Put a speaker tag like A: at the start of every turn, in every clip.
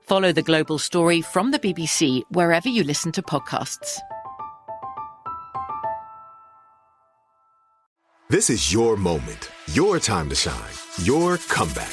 A: Follow the global story from the BBC wherever you listen to podcasts.
B: This is your moment, your time to shine, your comeback.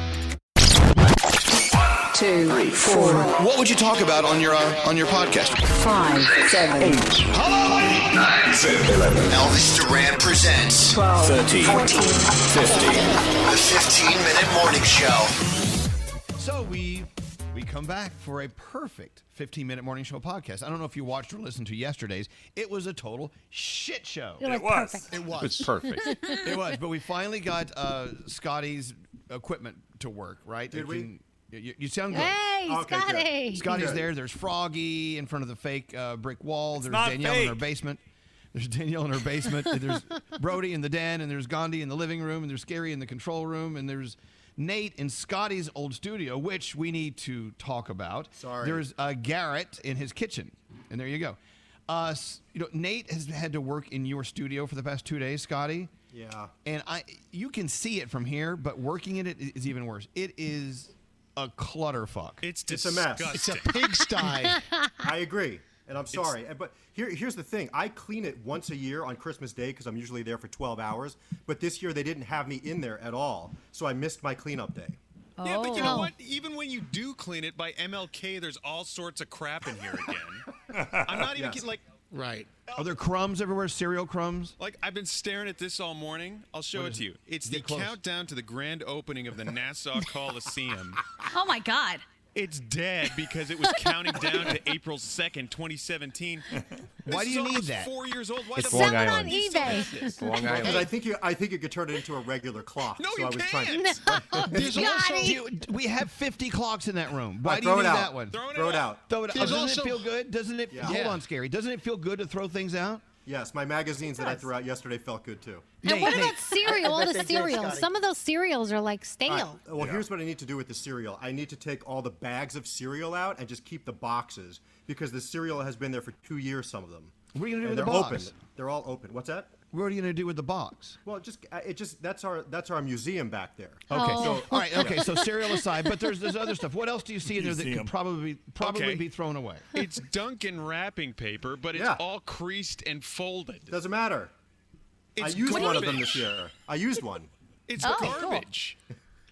C: What would you talk about on your uh, on your podcast?
D: Five, seven, eight,
C: Elvis Duran presents
D: 12,
C: 14, 15. The 15 minute morning show.
E: So we we come back for a perfect 15 minute morning show podcast. I don't know if you watched or listened to yesterday's. It was a total shit show.
F: It was was. perfect.
E: It was.
G: It's perfect.
E: it was. But we finally got uh, Scotty's equipment to work. Right? Did
H: we?
E: You, you sound good.
F: Hey, Scotty!
E: Scotty's
H: Good.
E: there. There's Froggy in front of the fake uh, brick wall. there's
H: not
E: Danielle in her
H: fake.
E: basement. There's Danielle in her basement. there's Brody in the den, and there's Gandhi in the living room, and there's Gary in the control room, and there's Nate in Scotty's old studio, which we need to talk about.
H: Sorry.
E: There's uh, Garrett in his kitchen, and there you go. Uh, s- you know, Nate has had to work in your studio for the past two days, Scotty.
H: Yeah.
E: And I, you can see it from here, but working in it i- is even worse. It is a clutterfuck.
I: It's
H: It's a mess.
I: disgusting.
H: It's
E: It's a pigsty.
H: I agree. And I'm sorry. And- But here, here's the thing I clean it once a year on Christmas Day because I'm usually there for 12 hours. But this year they didn't have me in there at all. So I missed my cleanup day.
I: Yeah, but you know
F: Oh.
I: what? Even when you do clean it by MLK, there's all sorts of crap in here again. I'm not even
H: Yes.
I: kidding. Like,
E: right. Are there crumbs everywhere? Cereal crumbs?
I: like I've been staring at this all morning. I'll show it to you. It's the
E: Get close.
I: countdown to the grand opening of the Nassau Coliseum.
J: Oh my God.
I: it's dead because it was counting down to April 2nd, 2017. This
E: Why do
I: is
E: you
I: almost
E: need that?
I: Four years old. Why
G: It's
I: the
G: Long
I: fuck
F: Sell it on
G: Island.
I: do you still
F: eBay.
I: have this?
G: Long
H: Because I
G: Island.
H: think you, I think you could turn it into a regular clock.
I: No,
H: so
I: you
H: I was trying to
I: can't.
E: There's also,
F: Scotty.
E: Dude, we have 50 clocks in that room. Why
H: Alright,
E: do you
H: throw
E: need
H: it out.
E: that one?
I: Throw it
H: throw it
I: out.
H: out.
E: Throw it-
I: There's
E: doesn't
I: also-
E: it feel good? Doesn't it?
H: Yeah.
E: Hold
H: Yeah.
E: on, Scary. Doesn't it feel good to throw things out?
H: Yes, my magazines that I threw out yesterday felt good too.
F: And
E: Nate,
F: what
E: Nate,
F: about cereal? All
D: bet
F: the
D: they did,
F: cereals.
D: Scotty.
F: Some of those cereals are like
H: All right,
F: stale.
H: well, here's what I need to do with the cereal. I need to take all the bags of cereal out and just keep the boxes because the cereal has been there for two years. Some of them.
E: What are you gonna do
H: And
E: with the
H: they're
E: box?
H: Open. They're all open. What's that?
E: What are you going to do with the box?
H: Well, it just uh, it just that's our that's our museum back there.
E: Okay.
H: Oh.
E: So all right. Okay. So cereal aside, but there's there's other stuff. What else do you see in there that
I: Museum.
E: could probably probably
I: Okay.
E: be thrown away?
I: It's Dunkin' wrapping paper, but it's
H: Yeah.
I: all creased and folded.
H: Doesn't matter. I
I: It's
H: used one of them
I: garbage.
H: this year. I used one.
I: It's
H: Oh, cool.
I: garbage.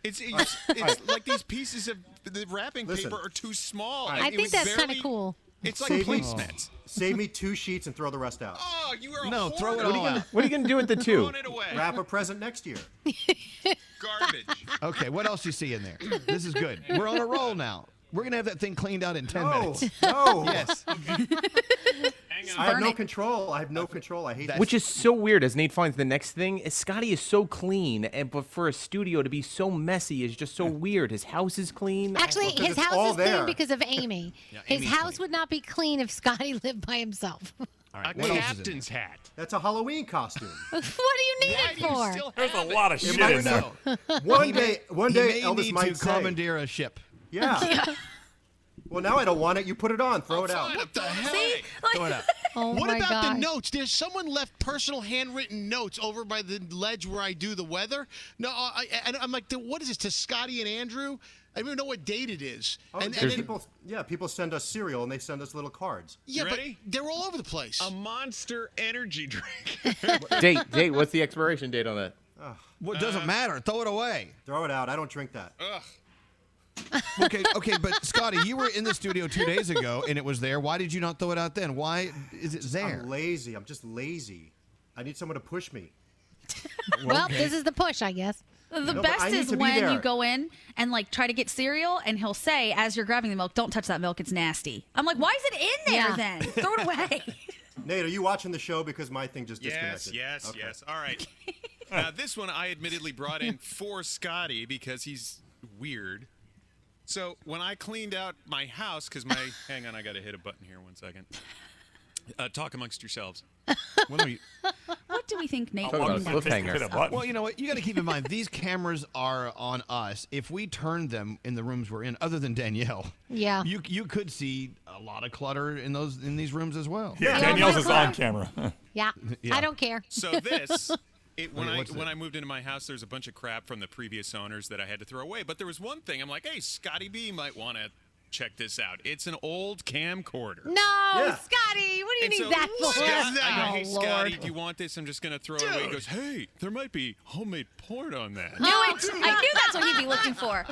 I: It's it's, it's like these pieces of the wrapping
H: Listen.
I: paper are too small.
H: I
I: and
H: think
I: it was
F: that's kinda
I: barely-
F: cool.
I: It's like
H: Save me-
I: placemats.
H: Save me two sheets and throw the rest out.
I: Oh, you are
E: No, throw it
H: What are you
E: all
H: gonna-
E: out.
H: what are you gonna do with the two? Throwing
I: it away.
H: Wrap a present next year.
I: garbage.
E: Okay. What else do you see in there? This is good. We're on a roll now. We're gonna have that thing cleaned out in ten
H: No,
E: minutes.
H: no.
E: Yes.
H: I have
E: Burn
H: no
E: it.
H: control. I have no control. I hate that.
G: Which is so weird, as Nate finds the next thing. is Scotty is so clean, and but for a studio to be so messy is just so weird. His house is clean.
F: Actually, his house is clean because of Amy.
G: Yeah,
F: his
G: Amy's
F: house would not be clean if Scotty lived by himself.
I: A
H: what else is in
I: captain's hat.
H: That's a Halloween costume.
F: what do you need
I: Why
F: it
I: do you
F: for?
I: still
H: There's
I: have
H: a
I: it?
H: lot of shit in there. One
E: He
H: day,
E: may-
H: one
E: he
H: day,
E: may
H: Elvis
E: need
H: might
E: to
H: say-
E: commandeer a ship.
H: Yeah. well, now I don't want it. You put it on. Throw it out.
K: What the hell? See?
E: Throw it out.
F: Oh
K: what
F: my
K: about
F: gosh.
K: the notes? There's someone left personal handwritten notes over by the ledge where I do the weather. No, I, I, I'm like, what is this to Scotty and Andrew? I don't even know what date it is.
H: Oh,
K: and,
H: there's
K: and then-
H: people, yeah, people send us cereal and they send us little cards.
K: yeah, but they're all over the place.
I: A monster energy drink.
G: date, date. What's the expiration date on that?
E: Well, it doesn't matter. Throw it away.
H: Uh. Throw it out. I don't drink that.
I: Ugh.
E: Okay, okay, but Scotty, you were in the studio two days ago and it was there. Why did you not throw it out then? Why is it there?
H: I'm lazy. I'm just lazy. I need someone to push me.
F: Well, this is the push, I guess.
J: The
H: No, but I
J: best
H: need
J: is
H: to be
J: when
H: there.
J: you go in and like try to get cereal, and he'll say as you're grabbing the milk, "Don't touch that milk; it's nasty." I'm like, "Why is it in there
F: Yeah.
J: then? Throw it away."
H: Nate, are you watching the show because my thing just
I: Yes,
H: disconnected?
I: yes,
H: Okay.
I: yes. All right. Now, this one I admittedly brought in for Scotty because he's weird. So when I cleaned out my house, because my hang on, I got to hit a button here. One second. Uh, talk amongst yourselves.
E: What are you?
J: what do we think, Nate?
I: Talk about
J: would
I: a
J: do?
I: cliffhanger. Hit a button.
E: Well, you know what? You got to keep in mind these cameras are on us. If we turn them in the rooms we're in, other than Danielle,
F: Yeah.
E: you you could see a lot of clutter in those in these rooms as well.
F: Yeah, Yeah, Danielle's is on
L: camera.
F: Yeah.
E: Yeah.
F: I don't care.
I: So this, it, when
E: Wait,
I: I
E: what's
I: when
E: that?
I: I moved into my house, there was a bunch of crap from the previous owners that I had to throw away. But there was one thing. I'm like, hey, Scotty B might want to check this out. It's an old camcorder.
F: No, Scotty, what do you
I: And
F: need
I: so,
F: that for?
I: Scott- I go, hey,
F: Oh, Lord.
I: Scotty, do you want this? I'm just going to throw it away. He goes, hey, there might be homemade porn on that.
J: Knew it. I knew that's what he'd be looking for.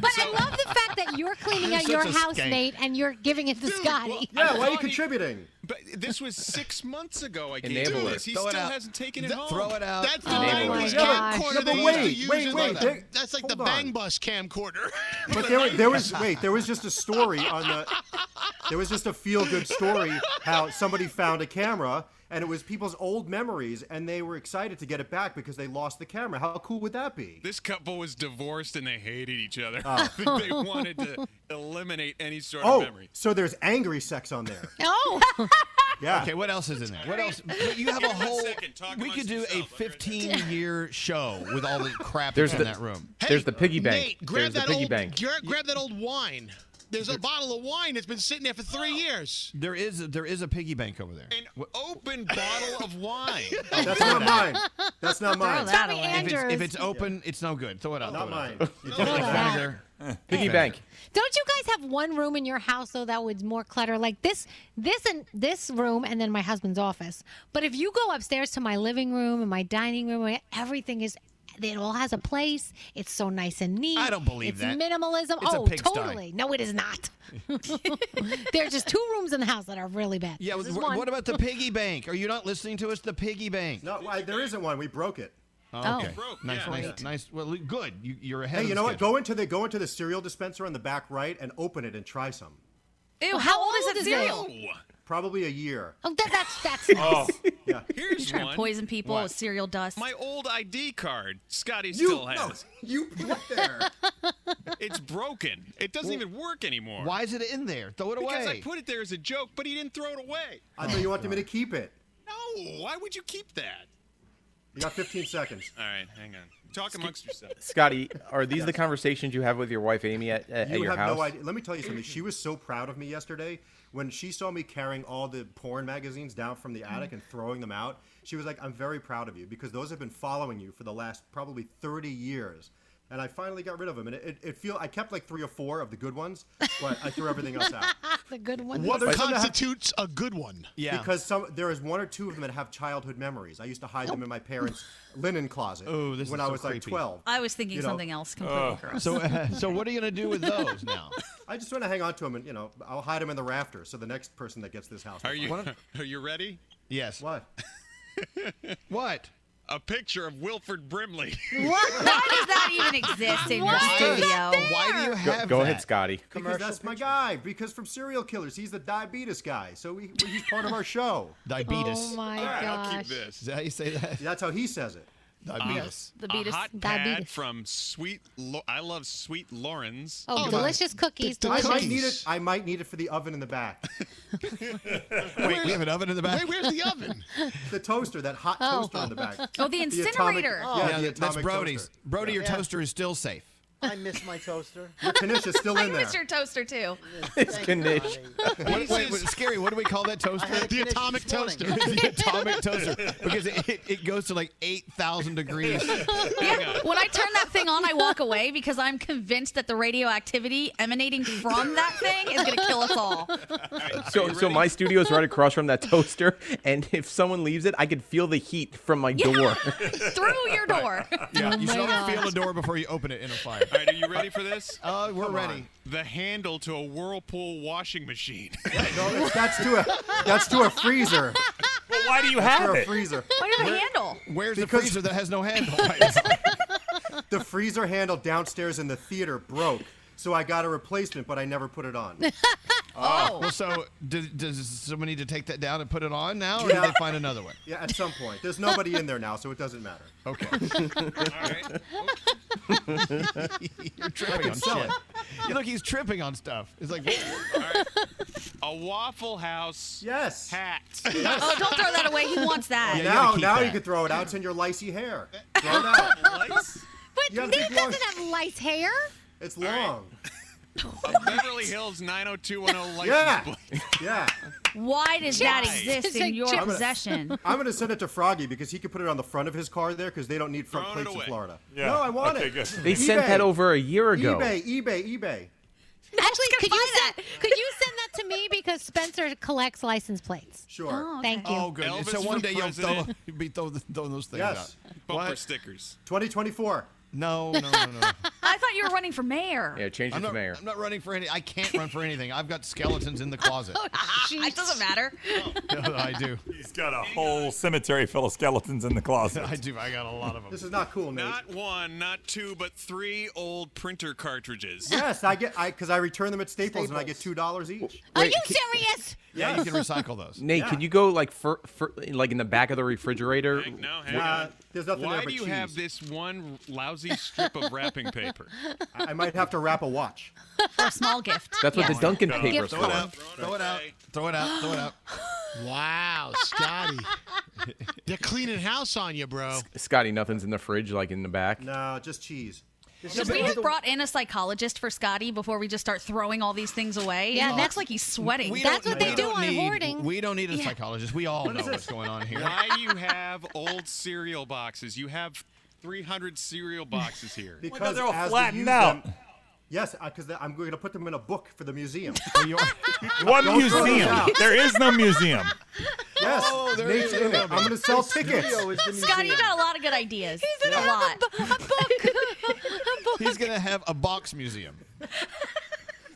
F: But I love the fact that you're cleaning
I: You're
F: out your
I: such a
F: house,
I: skank.
F: Nate, and you're giving it to Scotty.
H: Yeah, why are you contributing?
I: But this was six months ago. I gave
G: Enable
I: him
G: it.
I: this. He
G: Throw it
I: still
G: out.
I: hasn't taken it
G: Th-
I: home.
G: throw it out.
K: That's the
G: Enable
K: language
G: it. Oh my
K: camcorder
G: gosh.
K: they
G: No,
K: used
G: but
K: to
G: wait,
K: use.
G: wait,
K: in
G: wait,
K: the-
G: there-
K: that's like the
H: hold
K: Bang
H: on.
K: Bus camcorder.
H: But there, there was wait, there was just a story on the, there was just a feel-good story how somebody found a camera and it was people's old memories and they were excited to get it back because they lost the camera. How cool would that be?
I: This couple was divorced and they hated each other.
H: Oh.
I: they wanted to eliminate any sort
H: Oh,
I: of memory.
H: so there's angry sex on there.
F: Oh.
H: Yeah.
E: Okay, what else is in there? What else? You have
I: Give me
E: a
I: one
E: whole.
I: second. Talk
E: We
I: amongst
E: could do a
I: yourselves.
E: 15 year show with all the crap
G: There's
E: that's
G: the
E: in that room.
G: There's the piggy bank.
K: Nate, grab
G: There's the
K: that
G: piggy
K: old
G: bank.
K: gra- grab that old wine. There's a bottle of wine that's been sitting there for three years.
E: There is there is a piggy bank over there.
I: An open bottle of wine.
H: That's not mine. That's not
J: Throw
H: mine.
J: that away.
E: If it's, if
F: Andrews.
E: it's open, it's no good. Throw it out.
H: Not
E: throw it out.
H: mine. You
E: Throw
H: just
E: it
H: like
E: out.
H: that.
E: Vinegar.
G: Piggy bank.
F: Don't you guys have one room in your house though that was more clutter? Like this, this and this room, and then my husband's office. But if you go upstairs to my living room and my dining room, where everything is. It all has a place. It's so nice and neat.
E: I don't
F: it's
E: believe that.
F: Minimalism.
E: It's a
F: oh,
E: pigsty.
F: totally. No, it is not. There's just two rooms in the house that are really bad.
E: Yeah,
F: This is
E: wh-
F: one.
E: what about the piggy bank? Are you not listening to us? The piggy bank.
H: No, I, there isn't one. We broke it.
E: Oh, okay.
I: Broke,
E: Nice,
I: yeah.
E: nice,
I: Right.
E: nice. Well, look, good. You, you're ahead.
H: Hey,
E: of
H: you
E: the
H: know what?
E: schedule.
H: Go into the go into the cereal dispenser on the back right and open it and try some.
J: Ew, how old is
F: old
J: that
F: is
J: cereal?
H: Probably a year.
F: Oh, that, that's that's nice.
E: Oh.
I: Here's
J: Trying
I: one.
J: to poison people
I: What?
J: with cereal dust.
I: My old ID card, Scotty
H: You
I: still
H: no,
I: has.
H: you put it there.
I: It's broken. It doesn't even work anymore.
E: Why is it in there? Throw it
I: Because I
E: away.
I: put it there as a joke, but he didn't throw it away.
H: I thought you wanted me to keep it.
I: No, why would you keep that?
H: You got 15 seconds.
I: All right, hang on. Talk amongst yourselves.
G: Scotty, are these the conversations you have with your wife Amy at, at, at
H: you
G: your
H: have
G: house?
H: no idea. Let me tell you something. She was so proud of me yesterday when she saw me carrying all the porn magazines down from the
E: Mm.
H: attic and throwing them out. She was like, "I'm very proud of you because those have been following you for the last probably 30 years." And I finally got rid of them, and it, it, it feel I kept like three or four of the good ones, but I threw everything else out.
F: the good one.
K: What
H: But-
K: constitutes a good one?
H: Because some there is one or two of them that have childhood memories. I used to hide them in my parents' linen closet
E: Oh, this
H: when
E: is
H: I
E: so
H: was like
E: creepy.
H: 12.
L: I was thinking
H: you know? uh,
L: something else completely gross.
E: So, so what are you gonna do with those now?
H: I just want to hang on to them, and you know, I'll hide them in the rafters so the next person that gets this house.
I: Are you are you ready?
E: Yes.
H: What?
E: what?
I: A picture of Wilford Brimley.
L: What? Why does that even exist in your
I: Why
L: studio?
I: is that
H: Why do you
G: Go, go ahead, Scotty.
H: Because that's my guy. Because from serial killers, he's the diabetes guy. So we, he's part of our show.
E: Diabetes.
F: Oh my
H: All right, I'll
F: gosh.
H: keep
I: this.
E: Is that how you say that?
H: That's how he says it.
I: Diabetes.
F: The beatus-
I: a hot
F: diabetes.
I: pad from Sweet. Lo- I love Sweet Lauren's.
F: Oh, delicious cookies. Delicious.
H: I might need it. I might need it for the oven in the back.
E: Wait, we have an oven in the back.
K: Wait, where's the oven?
H: the toaster, that hot
L: Oh.
H: toaster in the back.
L: Oh, the
H: atomic-
L: incinerator.
H: yeah,
E: Yeah,
H: the
E: that's
H: atomic
E: Brody's.
H: toaster.
E: Brody, your
H: Yeah.
E: toaster is still safe.
M: I miss my toaster.
H: Your Kanish is still
L: I
H: in there.
L: miss your toaster too.
G: It's Kanish.
E: Wait, wait, wait, scary. What do we call that toaster?
M: had a The Kanish atomic this morning.
E: toaster. the atomic toaster. Because it, it, it goes to like 8,000 degrees.
L: Yeah. When I turn that thing on, I walk away because I'm convinced that the radioactivity emanating from that thing is going to kill us all.
G: So, so my studio is right across from that toaster, and if someone leaves it, I could feel the heat from my door.
L: Through your door.
I: Oh
E: Yeah, you
L: my
E: should
L: God.
E: always feel the door before you open it in a fire.
I: All right, are you ready for this?
E: Uh, we're ready.
I: The handle to a whirlpool washing machine.
H: No, it's- that's to a that's to a freezer.
G: But why do you
H: That's to a freezer.
L: Why do you have a handle?
E: Where's
H: Because-
E: the freezer that has no handle?
H: The freezer handle downstairs in the theater broke, so I got a replacement, but I never put it on.
E: Oh. Well, so does, does someone need to take that down and put it on now, or do
H: Yeah.
E: they find another one?
H: Yeah, at some point. There's nobody in there now, so it doesn't matter.
E: Okay. You're
H: I
E: tripping
H: can
E: on
H: sell
E: shit. You look, he's tripping on stuff. It's like,
I: a Waffle House
H: Yes.
I: hat.
L: Oh, don't throw that away. He wants that.
E: you gotta
H: now,
E: keep
H: now
E: that.
H: you can throw it out. It's in your lycey hair. Throw it out.
F: But
H: You
F: Nate
H: gotta be
F: doesn't
H: long.
F: have lice hair.
H: It's long.
I: A Beverly Hills 90210 license
H: Yeah.
I: plate.
H: Yeah.
L: Why does that
I: Chips.
L: exist
F: It's like
L: in your
F: chips. I'm
H: gonna-
L: possession?
H: I'm gonna send it to Froggy because he could put it on the front of his car there because they don't need front
I: Throwing it
H: plates in
I: away.
H: Florida.
N: Yeah.
H: No, I want
N: Okay,
H: it.
N: good.
G: They sent
H: eBay.
G: that over a year ago.
H: eBay, eBay, eBay.
F: Actually, could you send, could you send that to me because Spencer collects license plates?
H: Sure.
F: Thank you.
E: oh, good.
I: Elvis
E: so one
I: for
E: day you'll throw,
I: president.
E: you'll be throw, throwing those things
H: Yes.
E: out.
I: Bumper
E: What?
I: stickers.
H: 2024.
E: No, no, no, no.
L: I thought you were running for mayor.
G: Yeah, change it
E: I'm
G: to
E: not,
G: mayor.
E: I'm not running for any. I can't run for anything. I've got skeletons in the closet.
L: it doesn't matter.
E: I do.
N: He's got a whole cemetery full of skeletons in the closet.
E: I do. I got a lot of them.
H: This is not cool, Nate.
I: Not one, not two, but three old printer cartridges.
H: Yes, I get I because I return them at Staples, and I get two dollars each.
F: Are you serious?
E: Yeah, you can recycle those.
G: Nate,
H: Yeah.
G: could you go like for, for like in the back of the refrigerator?
I: Hang- no, hang
H: Uh,
I: on.
H: there's nothing
I: Why
H: there but
I: do you
H: cheese.
I: have this one lousy strip of wrapping paper?
H: I I might have to wrap a watch.
L: For a small gift.
G: That's what
L: Yeah.
G: the Duncan
I: God.
G: paper's
E: Throw it
G: for.
E: out. Throw it out. Throw it out. Throw it out.
K: Wow, Scotty. They're cleaning house on you, bro.
G: Scotty, nothing's in the fridge, like in the back.
H: No, just cheese.
L: Should we have brought in a psychologist for Scotty before we just start throwing all these things away?
F: Yeah,
L: it
F: that's-
L: looks like he's sweating.
E: We
F: That's
E: don't-
F: what they
E: we
F: do
E: don't
F: on
E: need-
F: hoarding.
E: We don't need a psychologist. We all know
H: is
E: what's
H: this?
E: going on here.
I: Why do you have old cereal boxes? You have 300 cereal boxes here.
H: Because
N: they're all
H: as we
N: flattened
H: use
N: out.
H: them- yes, because I'm going to put them in a book for the museum.
N: What
H: Don't throw those
N: museum?
H: out.
N: There is no museum.
H: Yes,
E: Oh, there
H: Nate's
E: you
H: in
E: go.
H: it. I'm going to sell tickets.
M: Studio is the
L: Scotty, you
M: museum.
L: got a lot of good ideas. He's a lot.
E: He's gonna have a box museum.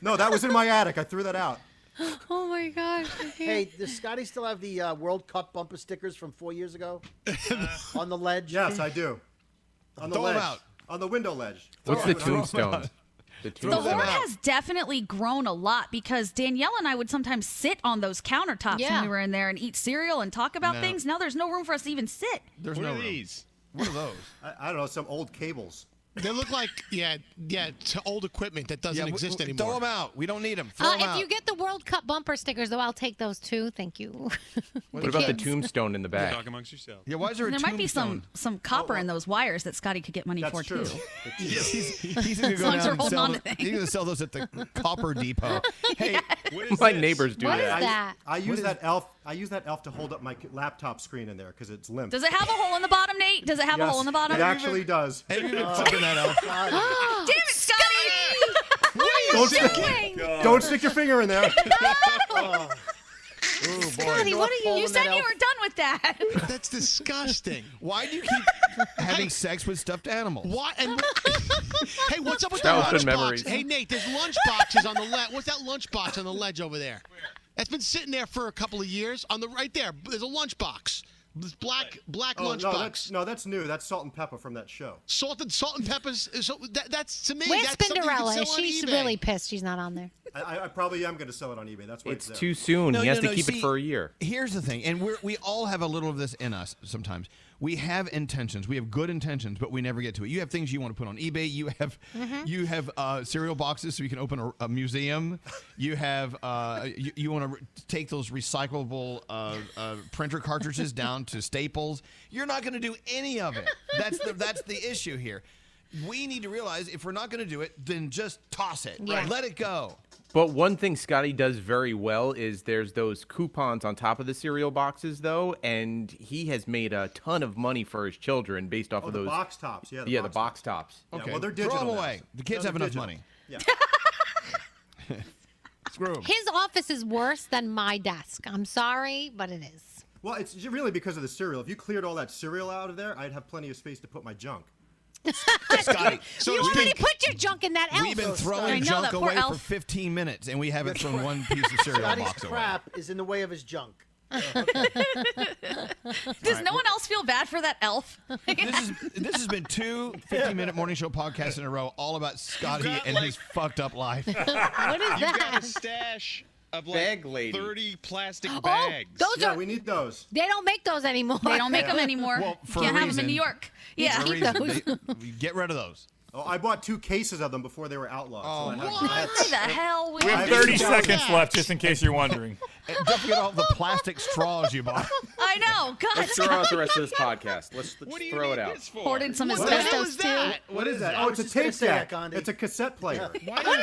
H: No, that was in my attic. I threw that out.
F: Oh my gosh. I can't.
M: Hey, does Scotty still have the uh, World Cup bumper stickers from four years ago on the ledge?
H: Yes, I do. On the
E: Throw 'em
H: ledge.
E: out.
H: On the window ledge.
G: What's
H: Throw
G: the
H: 'em out.
G: tombstone? The
L: The
G: tombstone.
L: Lord has definitely grown a lot because Danielle and I would sometimes sit on those countertops
F: Yeah.
L: when we were in there and eat cereal and talk about
E: No.
L: things. Now there's no room for us to even sit.
E: There's
I: what
E: no
I: are
E: room.
I: these?
E: What are those?
H: I, I don't know, some old cables.
K: They look like yeah, yeah, to old equipment that doesn't
E: Yeah, we-
K: exist
E: we-
K: anymore.
E: Throw them out. We don't need them. Throw
F: Uh,
E: 'em
F: if
E: out.
F: you get the World Cup bumper stickers, though, I'll take those too. Thank you.
G: What about the
F: kids.
G: tombstone in the back?
I: Talk amongst yourselves.
E: yeah, why is there a
L: there might be some
E: tombstone?
L: some copper in those wires that Scotty could get money for too.
E: he's, he's gonna
L: As
E: go
L: long
E: down
L: as we're
E: and
L: holding
E: sell
L: on
E: them.
L: to
E: He's gonna sell those at the Copper Depot.
G: My neighbors do
H: What is
G: that.
H: I,
E: What
H: use
E: is-
H: that elf. I use that elf to hold up my c- laptop screen in there because it's limp.
L: Does it have a hole in the bottom, Nate? Does it have a
H: Yes,
L: hole in the bottom?
H: It actually does. Uh,
E: Have you been
H: fucking that
L: Damn it, Scotty!
H: Don't
L: what are you
H: stick, Oh,
L: doing?
H: don't stick your finger in there.
L: Scotty, what are you? You said you were done with that.
K: That's disgusting.
E: Why do you keep having sex with stuffed animals?
K: What? And hey, what's up with
E: Childhood
K: the lunchbox?
E: memories.
K: Hey, Nate, there's lunch boxes on the ledge. What's that lunch box on the ledge over there? That's been sitting there for a couple of years. On the right there, there's a lunch box. This black black
H: Oh,
K: lunch
H: no,
K: box.
H: that's, no, that's new. That's salt and pepper from that show.
K: Salted salt and peppers. So that, that's to me.
F: Where's
K: that's something you can
F: Spinderella?
K: sell on
F: She's
K: eBay.
F: really pissed she's not on there.
H: I- I, I probably am going to sell it on eBay. That's why it's,
G: It's
H: there.
G: too soon.
E: No,
G: he has
E: no,
G: to
E: no,
G: keep
E: see-
G: it for a year.
E: Here's the thing, and we're, we all have a little of this in us sometimes. We have intentions, we have good intentions, but we never get to it. You have things you want to put on eBay. You have you have uh, cereal boxes so you can open a, a museum. You have uh, you, you want to re- take those recyclable uh, uh, printer cartridges down to Staples. You're not going to do any of it. That's the that's the issue here. We need to realize if we're not going to do it, then just toss it.
K: Yeah.
E: Let it go.
G: But one thing Scotty does very well is there's those coupons on top of the cereal boxes, though, and he has made a ton of money for his children based off
H: Oh,
G: of
H: the
G: those.
H: box tops. Yeah, the
G: yeah,
H: box
G: the box tops.
H: Yeah,
E: Okay,
H: well, they're
E: throw 'em
H: digital. now.
E: away. The kids
H: No,
E: have
H: they're digital.
E: enough money.
H: Yeah.
E: Screw 'em.
F: His office is worse than my desk. I'm sorry, but it is.
H: Well, it's ju- really because of the cereal. If you cleared all that cereal out of there, I'd have plenty of space to put my junk.
E: Scotty, so
F: you
E: it's
F: already
E: been-
F: put your junk in that elf.
E: We've been
F: I
E: throwing
F: know,
E: junk
F: that poor
E: away for
F: elf.
E: 15 minutes, and we haven't thrown one piece of cereal
M: Scotty's
E: box away.
M: crap is in the way of his junk.
L: Does no one else feel bad for that elf?
E: This, is, this has been two 15-minute morning show podcasts in a row, all about Scotty
I: got,
E: and
I: like-
E: his fucked up life.
F: What is
I: You've
F: that?
I: got a stash of like
G: Bag lady.
I: 30 plastic
F: Oh,
I: bags.
F: those
H: Yeah,
F: are.
H: we need those.
F: They don't make those anymore.
L: They don't make them anymore.
E: Well, for
L: Can't
E: a
L: have them
E: reason.
L: in New
E: For
L: York. Yeah.
E: a reason. They- we get rid of those.
H: Oh, I bought two cases of them before they were outlawed.
G: Oh
H: so I have-
L: Why the hell would
N: We
L: you
N: have
L: do
N: 30
L: that?
N: seconds left, just in case you're wondering.
E: And don't forget all the plastic straws you bought.
L: I know. God,
G: Let's throw out the rest of this podcast. Let's, let's
I: what do you
G: throw
I: need
G: it out.
I: this for?
L: hoarded some
K: What the hell is
L: asbestos too.
K: that?
H: What is that? Oh, it's a
M: just gonna
H: tape
M: say that,
H: deck.
M: Gandhi.
H: It's a cassette player.
I: Why do you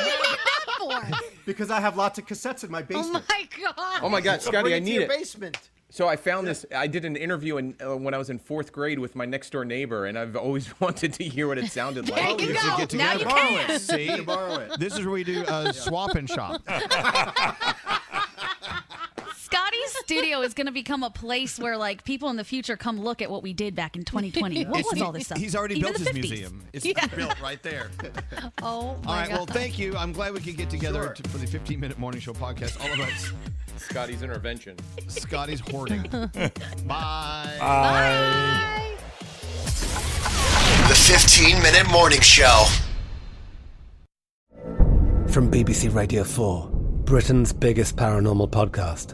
I: have
H: Because I have lots of cassettes in my
F: Oh
H: basement.
F: my god.
G: Oh my God, Scotty, I
M: to
G: need
M: your
G: it.
M: basement.
G: So I found this. I did an interview in, uh, when I was in fourth grade with my next door neighbor, and I've always wanted to hear what it sounded like.
I: oh,
F: There you
E: It's a
F: go. Now
E: get-together.
F: you
H: Borrow
F: can.
H: it.
E: See?
H: You can borrow it.
E: This is where we do uh, swap and shop.
L: Scotty's studio is going to become a place where like people in the future come look at what we did back in 2020. What was all this stuff?
E: He's already
L: Even
E: built
L: the
E: his
L: 50s.
E: museum. It's
L: Yeah.
E: built right there.
F: Oh
E: All
F: my
E: right,
F: god.
E: well, thank you. I'm glad we could get together
H: Sure.
E: to- for the 15-minute morning show podcast, all about
G: Scotty's intervention.
E: Scotty's hoarding. Bye.
C: The 15 Minute Morning Show.
O: From BBC Radio 4, Britain's biggest paranormal podcast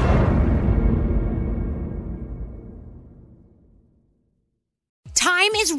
F: Time is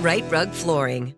P: Right Rug Flooring.